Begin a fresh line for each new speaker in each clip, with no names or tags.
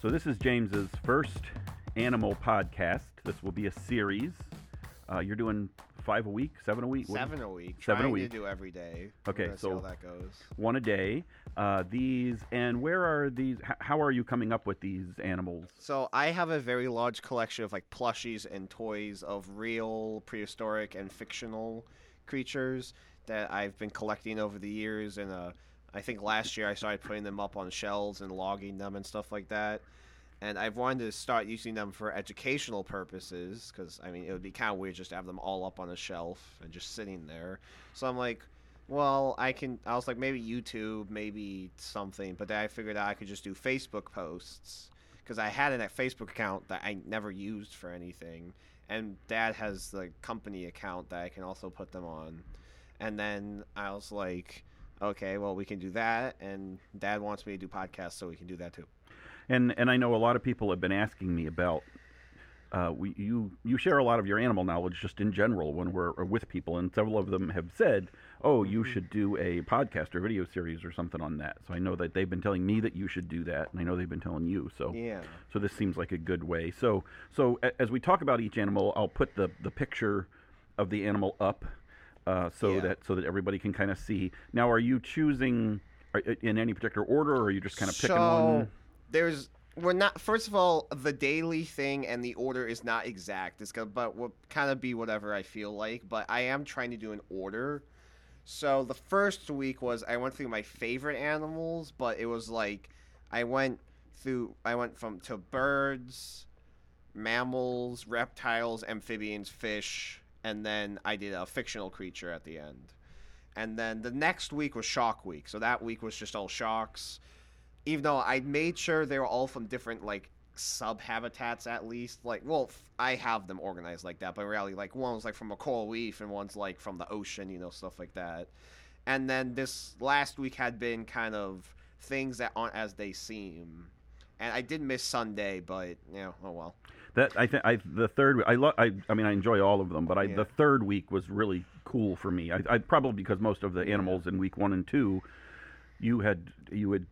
So this is James's first animal podcast. This will be a series. Uh, you're doing five a week, seven a week, What-
Seven a week.
Seven a
trying
week.
To do every day.
Okay,
We're gonna see
so-
how that goes.
one a day. Uh, these and where are these? H- how are you coming up with these animals?
So I have a very large collection of like plushies and toys of real prehistoric and fictional creatures that I've been collecting over the years. And uh, I think last year I started putting them up on shelves and logging them and stuff like that. And I've wanted to start using them for educational purposes because I mean it would be kind of weird just to have them all up on a shelf and just sitting there. So I'm like, Well, I can. I was like, maybe YouTube, maybe something. But then I figured out I could just do Facebook posts because I had a Facebook account that I never used for anything, and Dad has the company account that I can also put them on. And then I was like, okay, well, we can do that. And Dad wants me to do podcasts, so we can do that too.
And and I know a lot of people have been asking me about. Uh, we, you you share a lot of your animal knowledge just in general when we're with people, and several of them have said, "Oh, you
Mhm.
should do a podcast or video series or something on that." So I know that they've been telling me that you should do that, and I know they've been telling you. So
Yeah.
So this seems like a good way. So so a- as we talk about each animal, I'll put the the picture of the animal up uh, so
Yeah.
that so that everybody can kind of see. Now, are you choosing are- in any particular order, or are you just kind of picking
so,
one?
There's we're not. First of all, the daily thing and the order is not exact. It's gonna but will kind of be whatever I feel like. But I am trying to do an order. So the first week was I went through my favorite animals, but it was like I went through I went from to birds, mammals, reptiles, amphibians, fish, and then I did a fictional creature at the end. And then the next week was shock week. So that week was just all shocks. Even though I made sure they were all from different like sub habitats at least. Like well, f- I have them organized like that, but in reality like one was like from a coral reef and one's like from the ocean, you know, stuff like that. And then this last week had been kind of things that aren't as they seem. And I did miss Sunday, but you know, oh well.
That I think I the third I lo- I I mean I enjoy all of them, but I
Yeah.
the third week was really cool for me. I, I probably because most of the
Yeah.
animals in week one and two, you had you had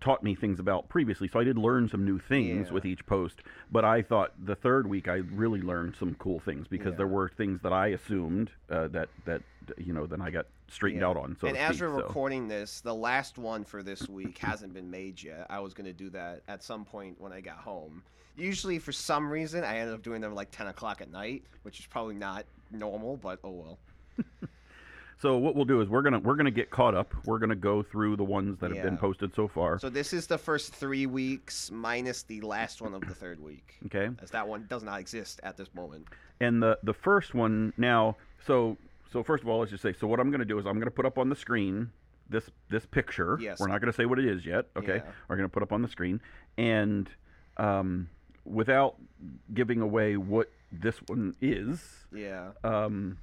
taught me things about previously, so I did learn some new things
Yeah.
with each post. But I thought the third week I really learned some cool things because there
Yeah.
were things that I assumed uh, that that you know then I got straightened
Yeah.
out on. So
and
to
as
speak,
we're
so.
recording this, the last one for this week hasn't been made yet. I was going to do that at some point when I got home. Usually, for some reason, I ended up doing them like 10 o'clock at night, which is probably not normal, but oh well.
So what we'll do is we're gonna we're gonna get caught up. We're gonna go through the ones that have been
Yeah.
posted so far.
So, this is the first three weeks minus the last one of the third week,
okay.
as that one does not exist at this moment.
and the the first one now so so first of all let's just say so what i'm going to do is i'm going to put up on the screen this this picture
Yes.
we're not going to say what it is yet okay
Yeah.
we're going to put up on the screen and um, without giving away what this one is
Yeah.
um,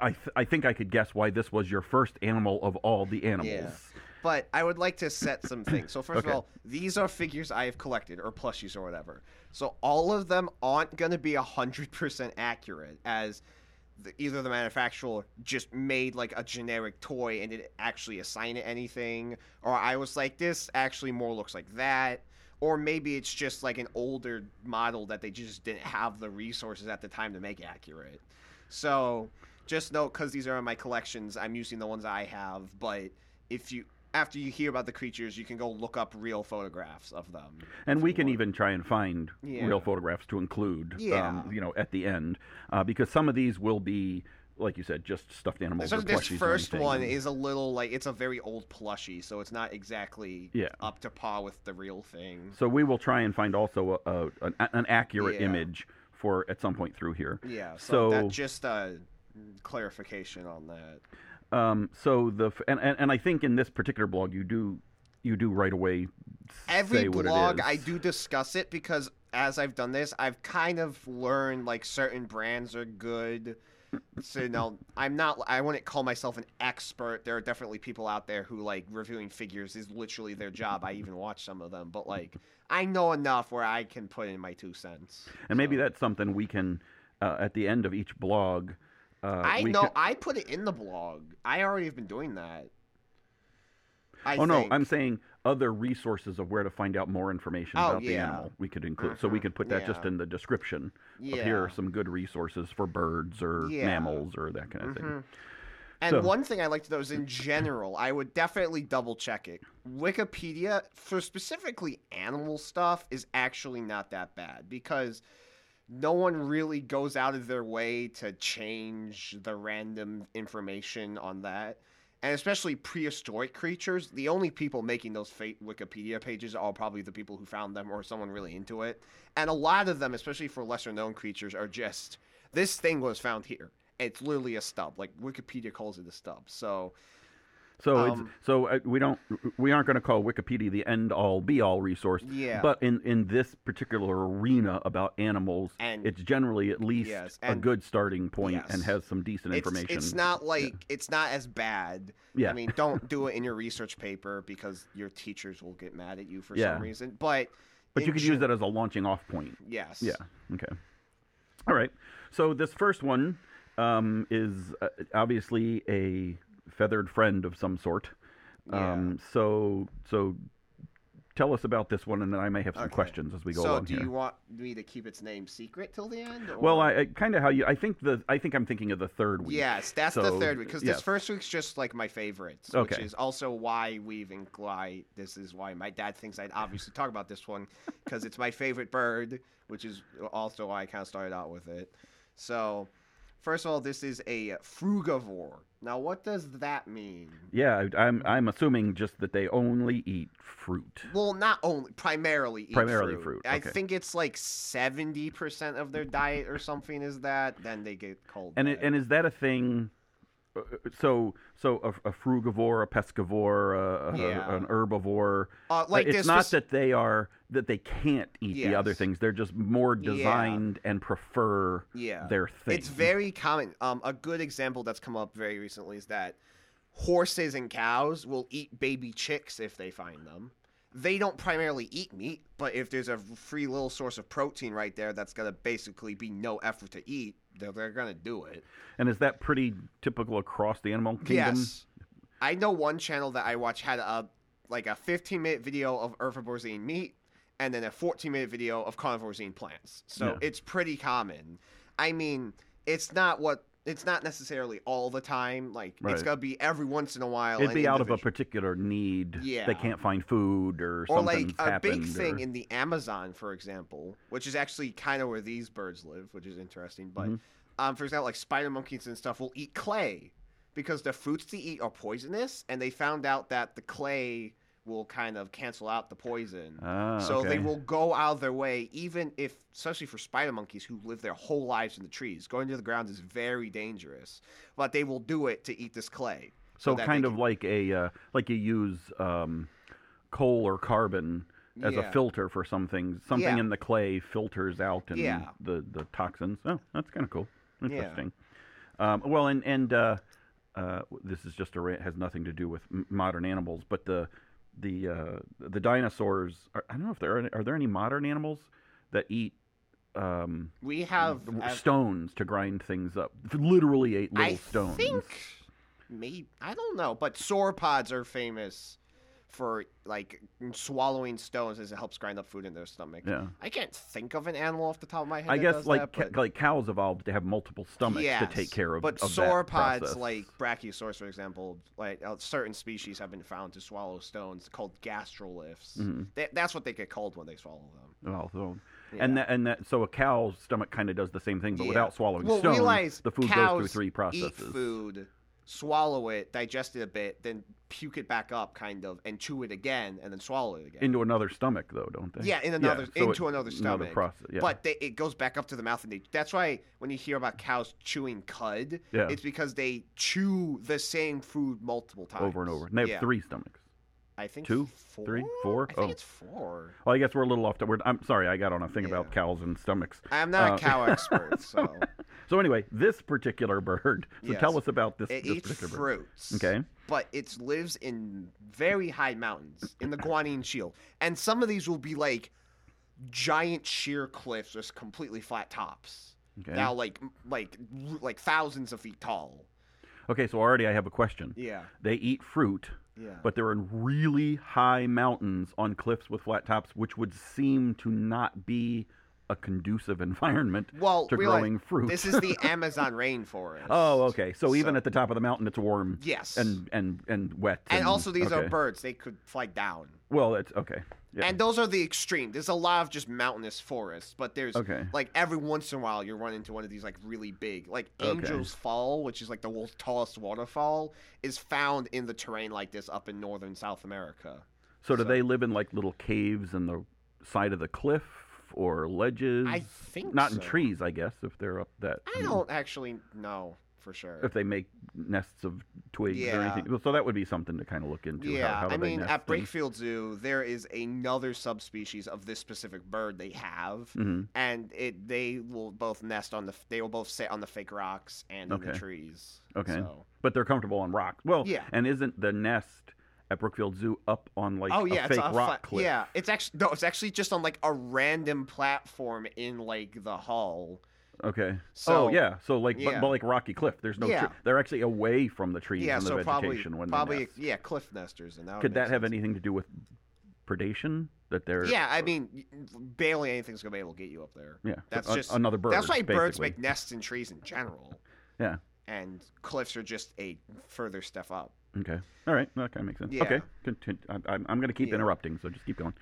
I, th- I think i could guess why this was your first animal of all the animals
But I would like to set some things. So first
Okay.
of all, these are figures I have collected or plushies or whatever. So all of them aren't going to be 100% accurate as the, either the manufacturer just made like a generic toy and didn't actually assign it anything or I was like this actually more looks like that or maybe it's just like an older model that they just didn't have the resources at the time to make accurate. So just note because these are in my collections, I'm using the ones I have. But if you after you hear about the creatures, you can go look up real photographs of them.
and
if
we
you
can
want.
even try and find
Yeah.
real photographs to include
Yeah.
um, you know at the end uh, because some of these will be like you said just stuffed animals
So
or
this
plushies or
first
anything.
one is a little like it's a very old plushie, so it's not exactly
Yeah.
up to par with the real thing.
So we will try and find also a, a, an, an accurate
Yeah.
image for at some point through here.
Yeah,
So-
so, that just uh, clarification on that.
Um, so the f- and, and and I think in this particular blog you do you do right away
every
say what it
blog I
is.
do discuss it because as I've done this, I've kind of learned like certain brands are good. So now I'm not I wouldn't call myself an expert. There are definitely people out there who like reviewing figures is literally their job. I even watch some of them, but like I know enough where I can put in my two cents.
and maybe
So-
that's something we can uh, at the end of each blog. Uh,
I
we
know
can-
I put it in the blog. I already have been doing that. I
oh no,
think.
I'm saying other resources of where to find out more information
Oh,
about the
yeah.
animal we could include. So we
Uh-huh.
could put that just
Yeah.
in the description.
Yeah.
Of here are some good resources for birds or
Yeah.
mammals or that kind of thing.
Mhm. And
So-
one thing I liked though is in general, I would definitely double check it. Wikipedia for specifically animal stuff is actually not that bad because no one really goes out of their way to change the random information on that. And especially prehistoric creatures, the only people making those fake Wikipedia pages are probably the people who found them or someone really into it. And a lot of them, especially for lesser known creatures, are just this thing was found here. It's literally a stub. Like Wikipedia calls it a stub. So
So
Um,
it's so uh, we don't we aren't going to call Wikipedia the end all be all resource.
Yeah.
But in in this particular arena about animals,
And-
it's generally at least
Yes,
a
and-
good starting point and
Yes.
has some decent
it's,
information.
it's not like it's not as bad.
Yeah.
I mean, don't do it in your research paper because your teachers will get mad at you for
Yeah.
some reason. But
but you
in
could
gen-
use that as a launching off point.
Yes.
Yeah. Okay. All right. So this first one um, is uh, obviously a feathered friend of some sort. Um, So so tell us about this one, and then I may have some
Okay.
questions as we go
so
along
do
here.
you want me to keep its name secret till the end? Or?
Well, I, I kind of how you. I think the. I think I'm thinking of the third week.
Yes, that's
So,
the third week because
yes.
this first week's just like my favorites,
Okay.
which is also why we've and why this is why my dad thinks I'd obviously talk about this one because it's my favorite bird, which is also why I kind of started out with it. So, first of all, this is a frugivore. Now, what does that mean?
Yeah. I- I'm. I'm assuming just that they only eat fruit.
Well, not only primarily eat
Primarily
fruit.
fruit,
I
okay.
think it's like seventy percent of their diet or something is that. Then they get cold.
And it,
blooded.
and is that a thing? uh, So so a, a frugivore, a pescivore, a, a-
Yeah.
an herbivore.
uh, like
it's
this
not
spec-
that they are that they can't eat the other
Yes.
things. They're just more
Yeah.
designed and prefer
yeah.
their thing.
It's very common. Um, a good example that's come up very recently is that horses and cows will eat baby chicks if they find them. They don't primarily eat meat, but if there's a free little source of protein right there that's gonna basically be no effort to eat, they're, they're gonna do it.
and is that pretty typical across the animal kingdom?
Yes. I know one channel that I watch had a like a 15 minute video of herbivores eating meat and then a 14 minute video of carnivores eating plants. So
Yeah.
it's pretty common. I mean, it's not what it's not necessarily all the time. Like it's
Right.
gonna be every once in a while.
It'd
an
be out of a
individual-
particular need.
Yeah.
They can't find food or,
or like
something's
a
happened.
big thing
or-
in the Amazon, for example, which is actually kind of where these birds live, which is interesting. But
Mhm.
um, for example, like spider monkeys and stuff will eat clay because the fruits they eat are poisonous, and they found out that the clay will kind of cancel out the poison.
Ah,
so they
okay.
will go out of their way, even if, especially for spider monkeys who live their whole lives in the trees, going to the ground is very dangerous. But they will do it to eat this clay.
So
that they
kind of
can-
like a uh, like you use um, coal or carbon as a
Yeah.
filter for some things. Something
Yeah.
in the clay filters out and
Yeah.
the the toxins. Oh, that's kind of cool. Interesting. Um, well, and and uh, uh, this is just a rant, has nothing to do with m- modern animals, but the the uh, the dinosaurs. Are, I don't know if there are, any- are there any modern animals that eat. Um,
We have
w-
as-
stones to grind things up. Literally ate little
I
stones.
think maybe I don't know, but sauropods are famous for like swallowing stones as it helps grind up food in their stomach.
Yeah.
I can't think of an animal off the top of my head.
I
that
guess
does
like
that,
ca-
but-
like cows evolved to have multiple stomachs to take
Yes,
care of.
But
of that
sauropods
process.
like brachiosaurus, for example, like uh, certain species have been found to swallow stones called gastroliths.
Mhm.
They, that's what they get called when they swallow them.
well, so- and
Yeah.
that and that so a cow's stomach kind of does the same thing, but
Yeah.
without swallowing
well,
stones,
realize
the food
cows
goes through three processes.
Eat food, swallow it, digest it a bit, then puke it back up, kind of, and chew it again, and then swallow it again.
Into another stomach, though, don't they?
yeah, in another
so it-
into another stomach.
process. Yeah.
But they, it goes back up to the mouth, and they, that's why when you hear about cows chewing cud,
Yeah.
it's because they chew the same food multiple times
over and over. And they have
Yeah.
three stomachs.
I think
two,
four?
three, four?
I think
Oh.
it's four.
Well, I guess we're a little off. To, we're, I'm sorry, I got on a thing about
Yeah.
cows and stomachs.
I'm not
Uh,
a cow expert, so
So anyway, this particular bird. So tell
Yes.
us about this.
it
this
eats
particular bird.
fruits.
Okay.
but it lives in very high mountains in the Guanyin Shield. And some of these will be like giant sheer cliffs, just completely flat tops.
Okay.
Now, like like like thousands of feet tall.
okay. So already I have a question.
Yeah.
They eat fruit.
Yeah.
but they're in really high mountains on cliffs with flat tops, which would seem to not be a conducive environment
well,
to
realize
growing fruit.
this is the Amazon rainforest.
oh, okay. So, even
So-
at the top of the mountain, it's warm
Yes.
and and and wet.
And also, these are
okay.
birds. They could fly down.
Well, it's okay. Yeah.
And those are the extreme. There's a lot of just mountainous forests, but there's
okay.
like every once in a while you run into one of these like really big, like
Okay.
Angel's Fall, which is like the world's tallest waterfall, is found in the terrain like this up in northern South America.
So, do
so-
they live in like little caves in the side of the cliff or ledges?
I think
not in
so.
trees, I guess, if they're up that.
I don't actually know for sure.
Hmm. If they make nests of twigs or
Yeah.
anything, so that would be something to kind of look into. how,
Yeah,
how do
I
they
mean,
nest
at
and-
Breakfield Zoo, there is another subspecies of this specific bird they have,
Mhm.
and it they will both nest on the they will both sit on the fake rocks and in
Okay.
the trees.
Okay.
So.
but they're comfortable on rocks. Well,
Yeah.
And isn't the nest at Brookfield Zoo up on like
oh yeah,
a fake
it's a
rock
flat-
cliff?
Yeah, it's actually no, it's actually just on like a random platform in like the hall.
Okay.
So
oh yeah. So like, but,
yeah.
but like rocky cliff. There's no.
Yeah.
Tre- they're actually away from the trees
Yeah,
and the
so probably
vegetation when
probably
they nest.
yeah, cliff nesters and that. would
Could
make
that have
sense.
anything to do with predation? That they're
Yeah, I mean, y- barely anything's gonna be able to get you up there.
yeah.
that's
a-
just-
another bird.
That's why birds
basically.
make nests in trees in general.
Yeah.
And cliffs are just a further step up.
Okay. All right. That kind of makes sense.
Yeah.
Okay. Continue. I'm, I'm- I'm going to keep
Yeah.
interrupting, so just keep going.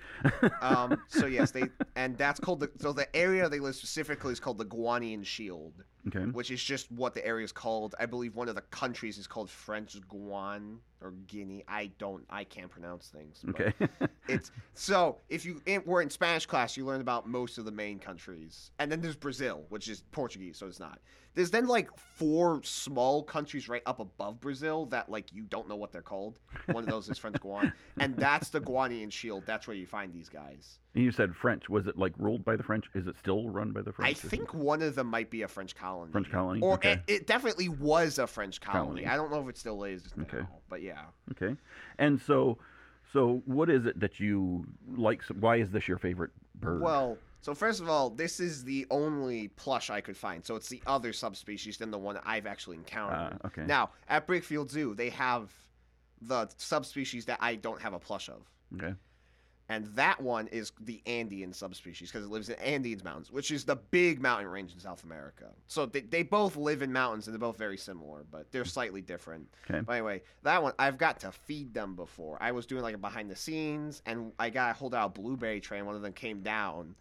Um, so yes, they and that's called the so the area they live specifically is called the Guanian Shield,
okay.
which is just what the area is called. I believe one of the countries is called French Guan or Guinea. I don't I can't pronounce things. but
Okay.
It's so if you in, were in Spanish class, you learn about most of the main countries, and then there's Brazil, which is Portuguese, so it's not. There's then like four small countries right up above Brazil that like you don't know what they're called. One of those is French Guiana, and that's the Guianian Shield. That's where you find these guys.
you said French. Was it like ruled by the French? Is it still run by the French?
I
or something?
think one of them might be a French colony.
French colony.
Or
okay.
it, it definitely was a French colony.
Colony.
I don't know if it still is now,
Okay.
but yeah.
Okay. And so, so what is it that you like? So why is this your favorite bird?
Well, so first of all, this is the only plush I could find. So it's the other subspecies than the one I've actually
uh,
encountered.
okay.
Now, at Brickfield Zoo, they have the subspecies that I don't have a plush of.
okay.
And that one is the Andean subspecies because it lives in Andes Mountains, which is the big mountain range in South America. So they, they both live in mountains and they're both very similar, but they're slightly different.
Okay.
But anyway, that one, I've got to feed them before. I was doing like a behind the scenes and I got a hold out a blueberry tray and one of them came down.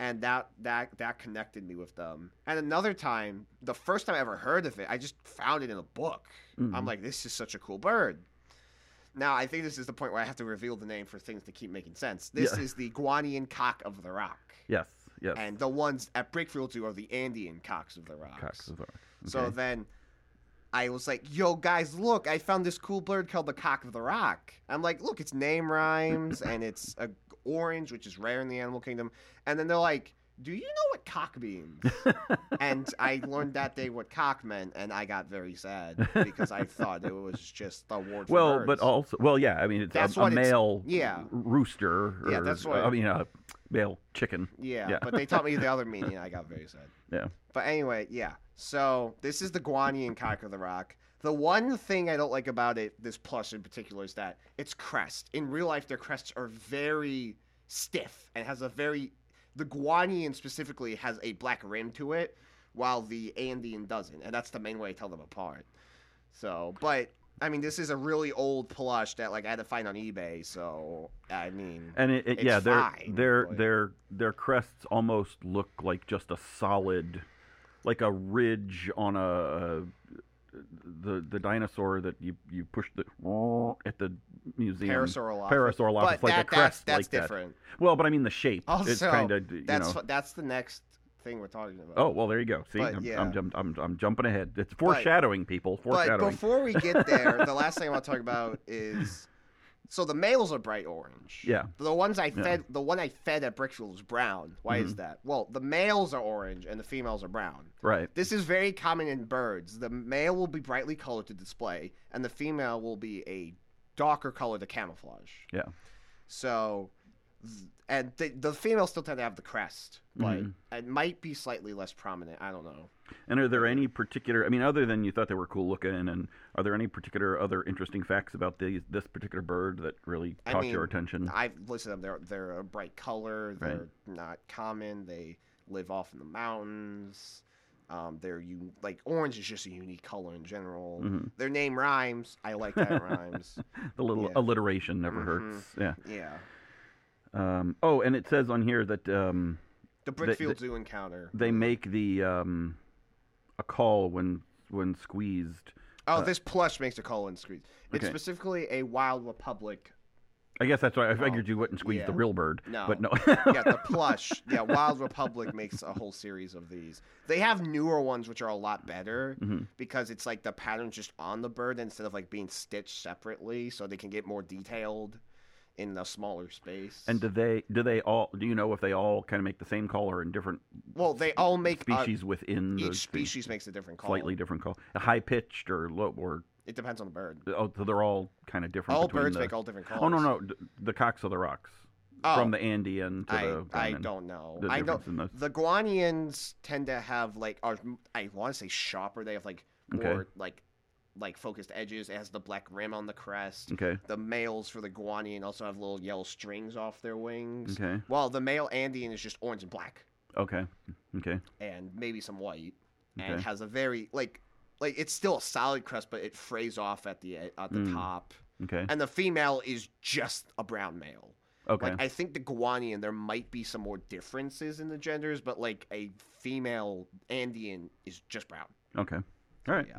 And that, that that connected me with them. And another time, the first time I ever heard of it, I just found it in a book. I'm
Mhm.
like, this is such a cool bird. Now, I think this is the point where I have to reveal the name for things to keep making sense. This
Yeah.
is the Guanian cock of the rock.
Yes. Yes.
And the ones at Brickfield Zoo are the Andean cocks of the rocks.
Cocks of the rock.
So
Okay.
then I was like, yo, guys, look, I found this cool bird called the cock of the rock. I'm like, look, its name rhymes and it's a orange, which is rare in the animal kingdom. And then they're like, do you know what cock means? and I learned that day what cock meant, and I got very sad because I thought it was just the word for
well, but
birds.
also, well, yeah. I mean, it's
That's
a, a
what it's-
male
yeah.
rooster. Or,
Yeah, that's what-
I mean, a male chicken.
Yeah,
Yeah.
but they taught me the other meaning. and I got very sad.
Yeah.
But anyway, yeah. So this is the Guanian cock of the rock. The one thing I don't like about it, this plush in particular, is that its crest. In real life, their crests are very stiff and has a very. The Guanian specifically has a black rim to it, while the Andean doesn't, and that's the main way I tell them apart. So, but I mean, this is a really old plush that like I had to find on eBay. So I mean,
And it, it
It's
yeah, their
fine,
their
but-
their their crests almost look like just a solid, like a ridge on a the the dinosaur that you you push the at the museum.
Parasaurolophus.
Parasaurolophus,
but
like a
that,
crest like
that's, that's
that.
different.
Well, but I mean the shape. it's
Also,
kind of you
That's
know.
fu- that's the next thing we're talking about.
Oh well, there you go. See,
But,
I'm,
yeah.
I'm, jump- I'm, I'm jumping ahead. It's foreshadowing, people.
but
Foreshadowing.
before we get there, the last thing I want to talk about is so the males are bright orange.
Yeah.
The ones I
Yeah. Mm-hmm.
fed, the one I fed at Brickfield was brown. Why is that? Well, the males are orange and the females are brown.
right.
This is very common in birds. The male will be brightly colored to display, and the female will be a darker color to camouflage.
Yeah.
So, th- and the, the females still tend to have the crest, but
Mhm.
it might be slightly less prominent. I don't know.
And are there any particular? I mean, other than you thought they were cool looking, and are there any particular other interesting facts about these this particular bird that really
I
caught
mean,
your attention?
I've listed them. They're they're a bright color. They're not common. They live off in the mountains. Um, they're you like orange is just a unique color in general.
Mhm.
Their name rhymes. I like that it rhymes.
The little
yeah.
alliteration never
Mhm.
hurts. Yeah.
Yeah.
Um, oh, and it says on here that um,
The
They-
Brickfield Zoo encounter.
they make the um, a call when when squeezed.
Oh, this plush makes a call and squeeze. It's
okay.
specifically a Wild Republic.
I guess that's why I
Oh,
figured you wouldn't squeeze
yeah.
the real bird.
No.
But no.
Yeah, the plush. yeah, Wild Republic makes a whole series of these. They have newer ones which are a lot better
Mhm.
because it's like the pattern's just on the bird instead of like being stitched separately, so they can get more detailed in the smaller space.
And do they do they all do you know if they all kind of make the same call or in different
well, they all make a-
species within the
each species makes a different call.
slightly different call, high pitched or low or
It depends on the bird.
oh, so they're all kind of different.
all
between
birds
the,
make all different calls.
Oh no no, d- the cocks of the rocks
Oh,
from the Andean to
I,
the
Oh, I
Guanan,
don't know.
The
I don't.
difference in those.
The Guanians tend to have like are I want to say sharper. They have like more
Okay.
like like focused edges. It has the black rim on the crest.
Okay.
The males for the Guanian also have little yellow strings off their wings.
Okay.
While the male Andean is just orange and black
Okay. Okay.
and maybe some white and
Okay.
has a very like like it's still a solid crest but it frays off at the at the
Mm.
top.
Okay.
And the female is just a brown male.
Okay.
Like I think the Guanian, there might be some more differences in the genders, but like a female Andean is just brown.
Okay. All right.
Yeah.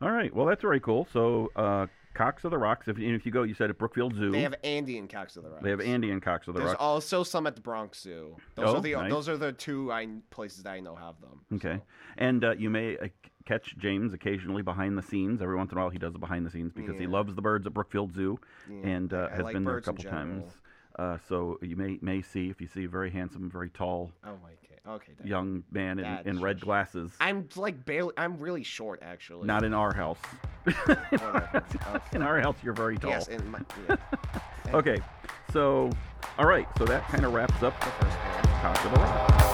All right. Well, that's very cool. So, uh, cocks of the rocks. If and if you go, you said at Brookfield Zoo,
They have Andean cocks of the rocks.
they have Andean cocks of the
There's
rocks.
also some at the Bronx Zoo. Those
Oh,
are the
nice.
those are the two I, places that I know have them.
Okay.
so.
And uh, you may uh, c- catch James occasionally behind the scenes. Every once in a while, he does the behind the scenes because he
Yeah.
loves the birds at Brookfield Zoo
Yeah,
and uh,
I- I
has
like
been there a
birds in
couple times.
general.
Uh, so you may may see if you see a very handsome, very tall
Oh my god. Okay. Dang.
young man in,
That's
in red
just-
glasses.
I'm like barely. I'm really short actually.
Not in our house.
Whatever. Okay.
in our house, you're very tall.
Yes, in my, yeah,
Okay. So, all right. So that kind of wraps up
the first one.
Cock of the Rock.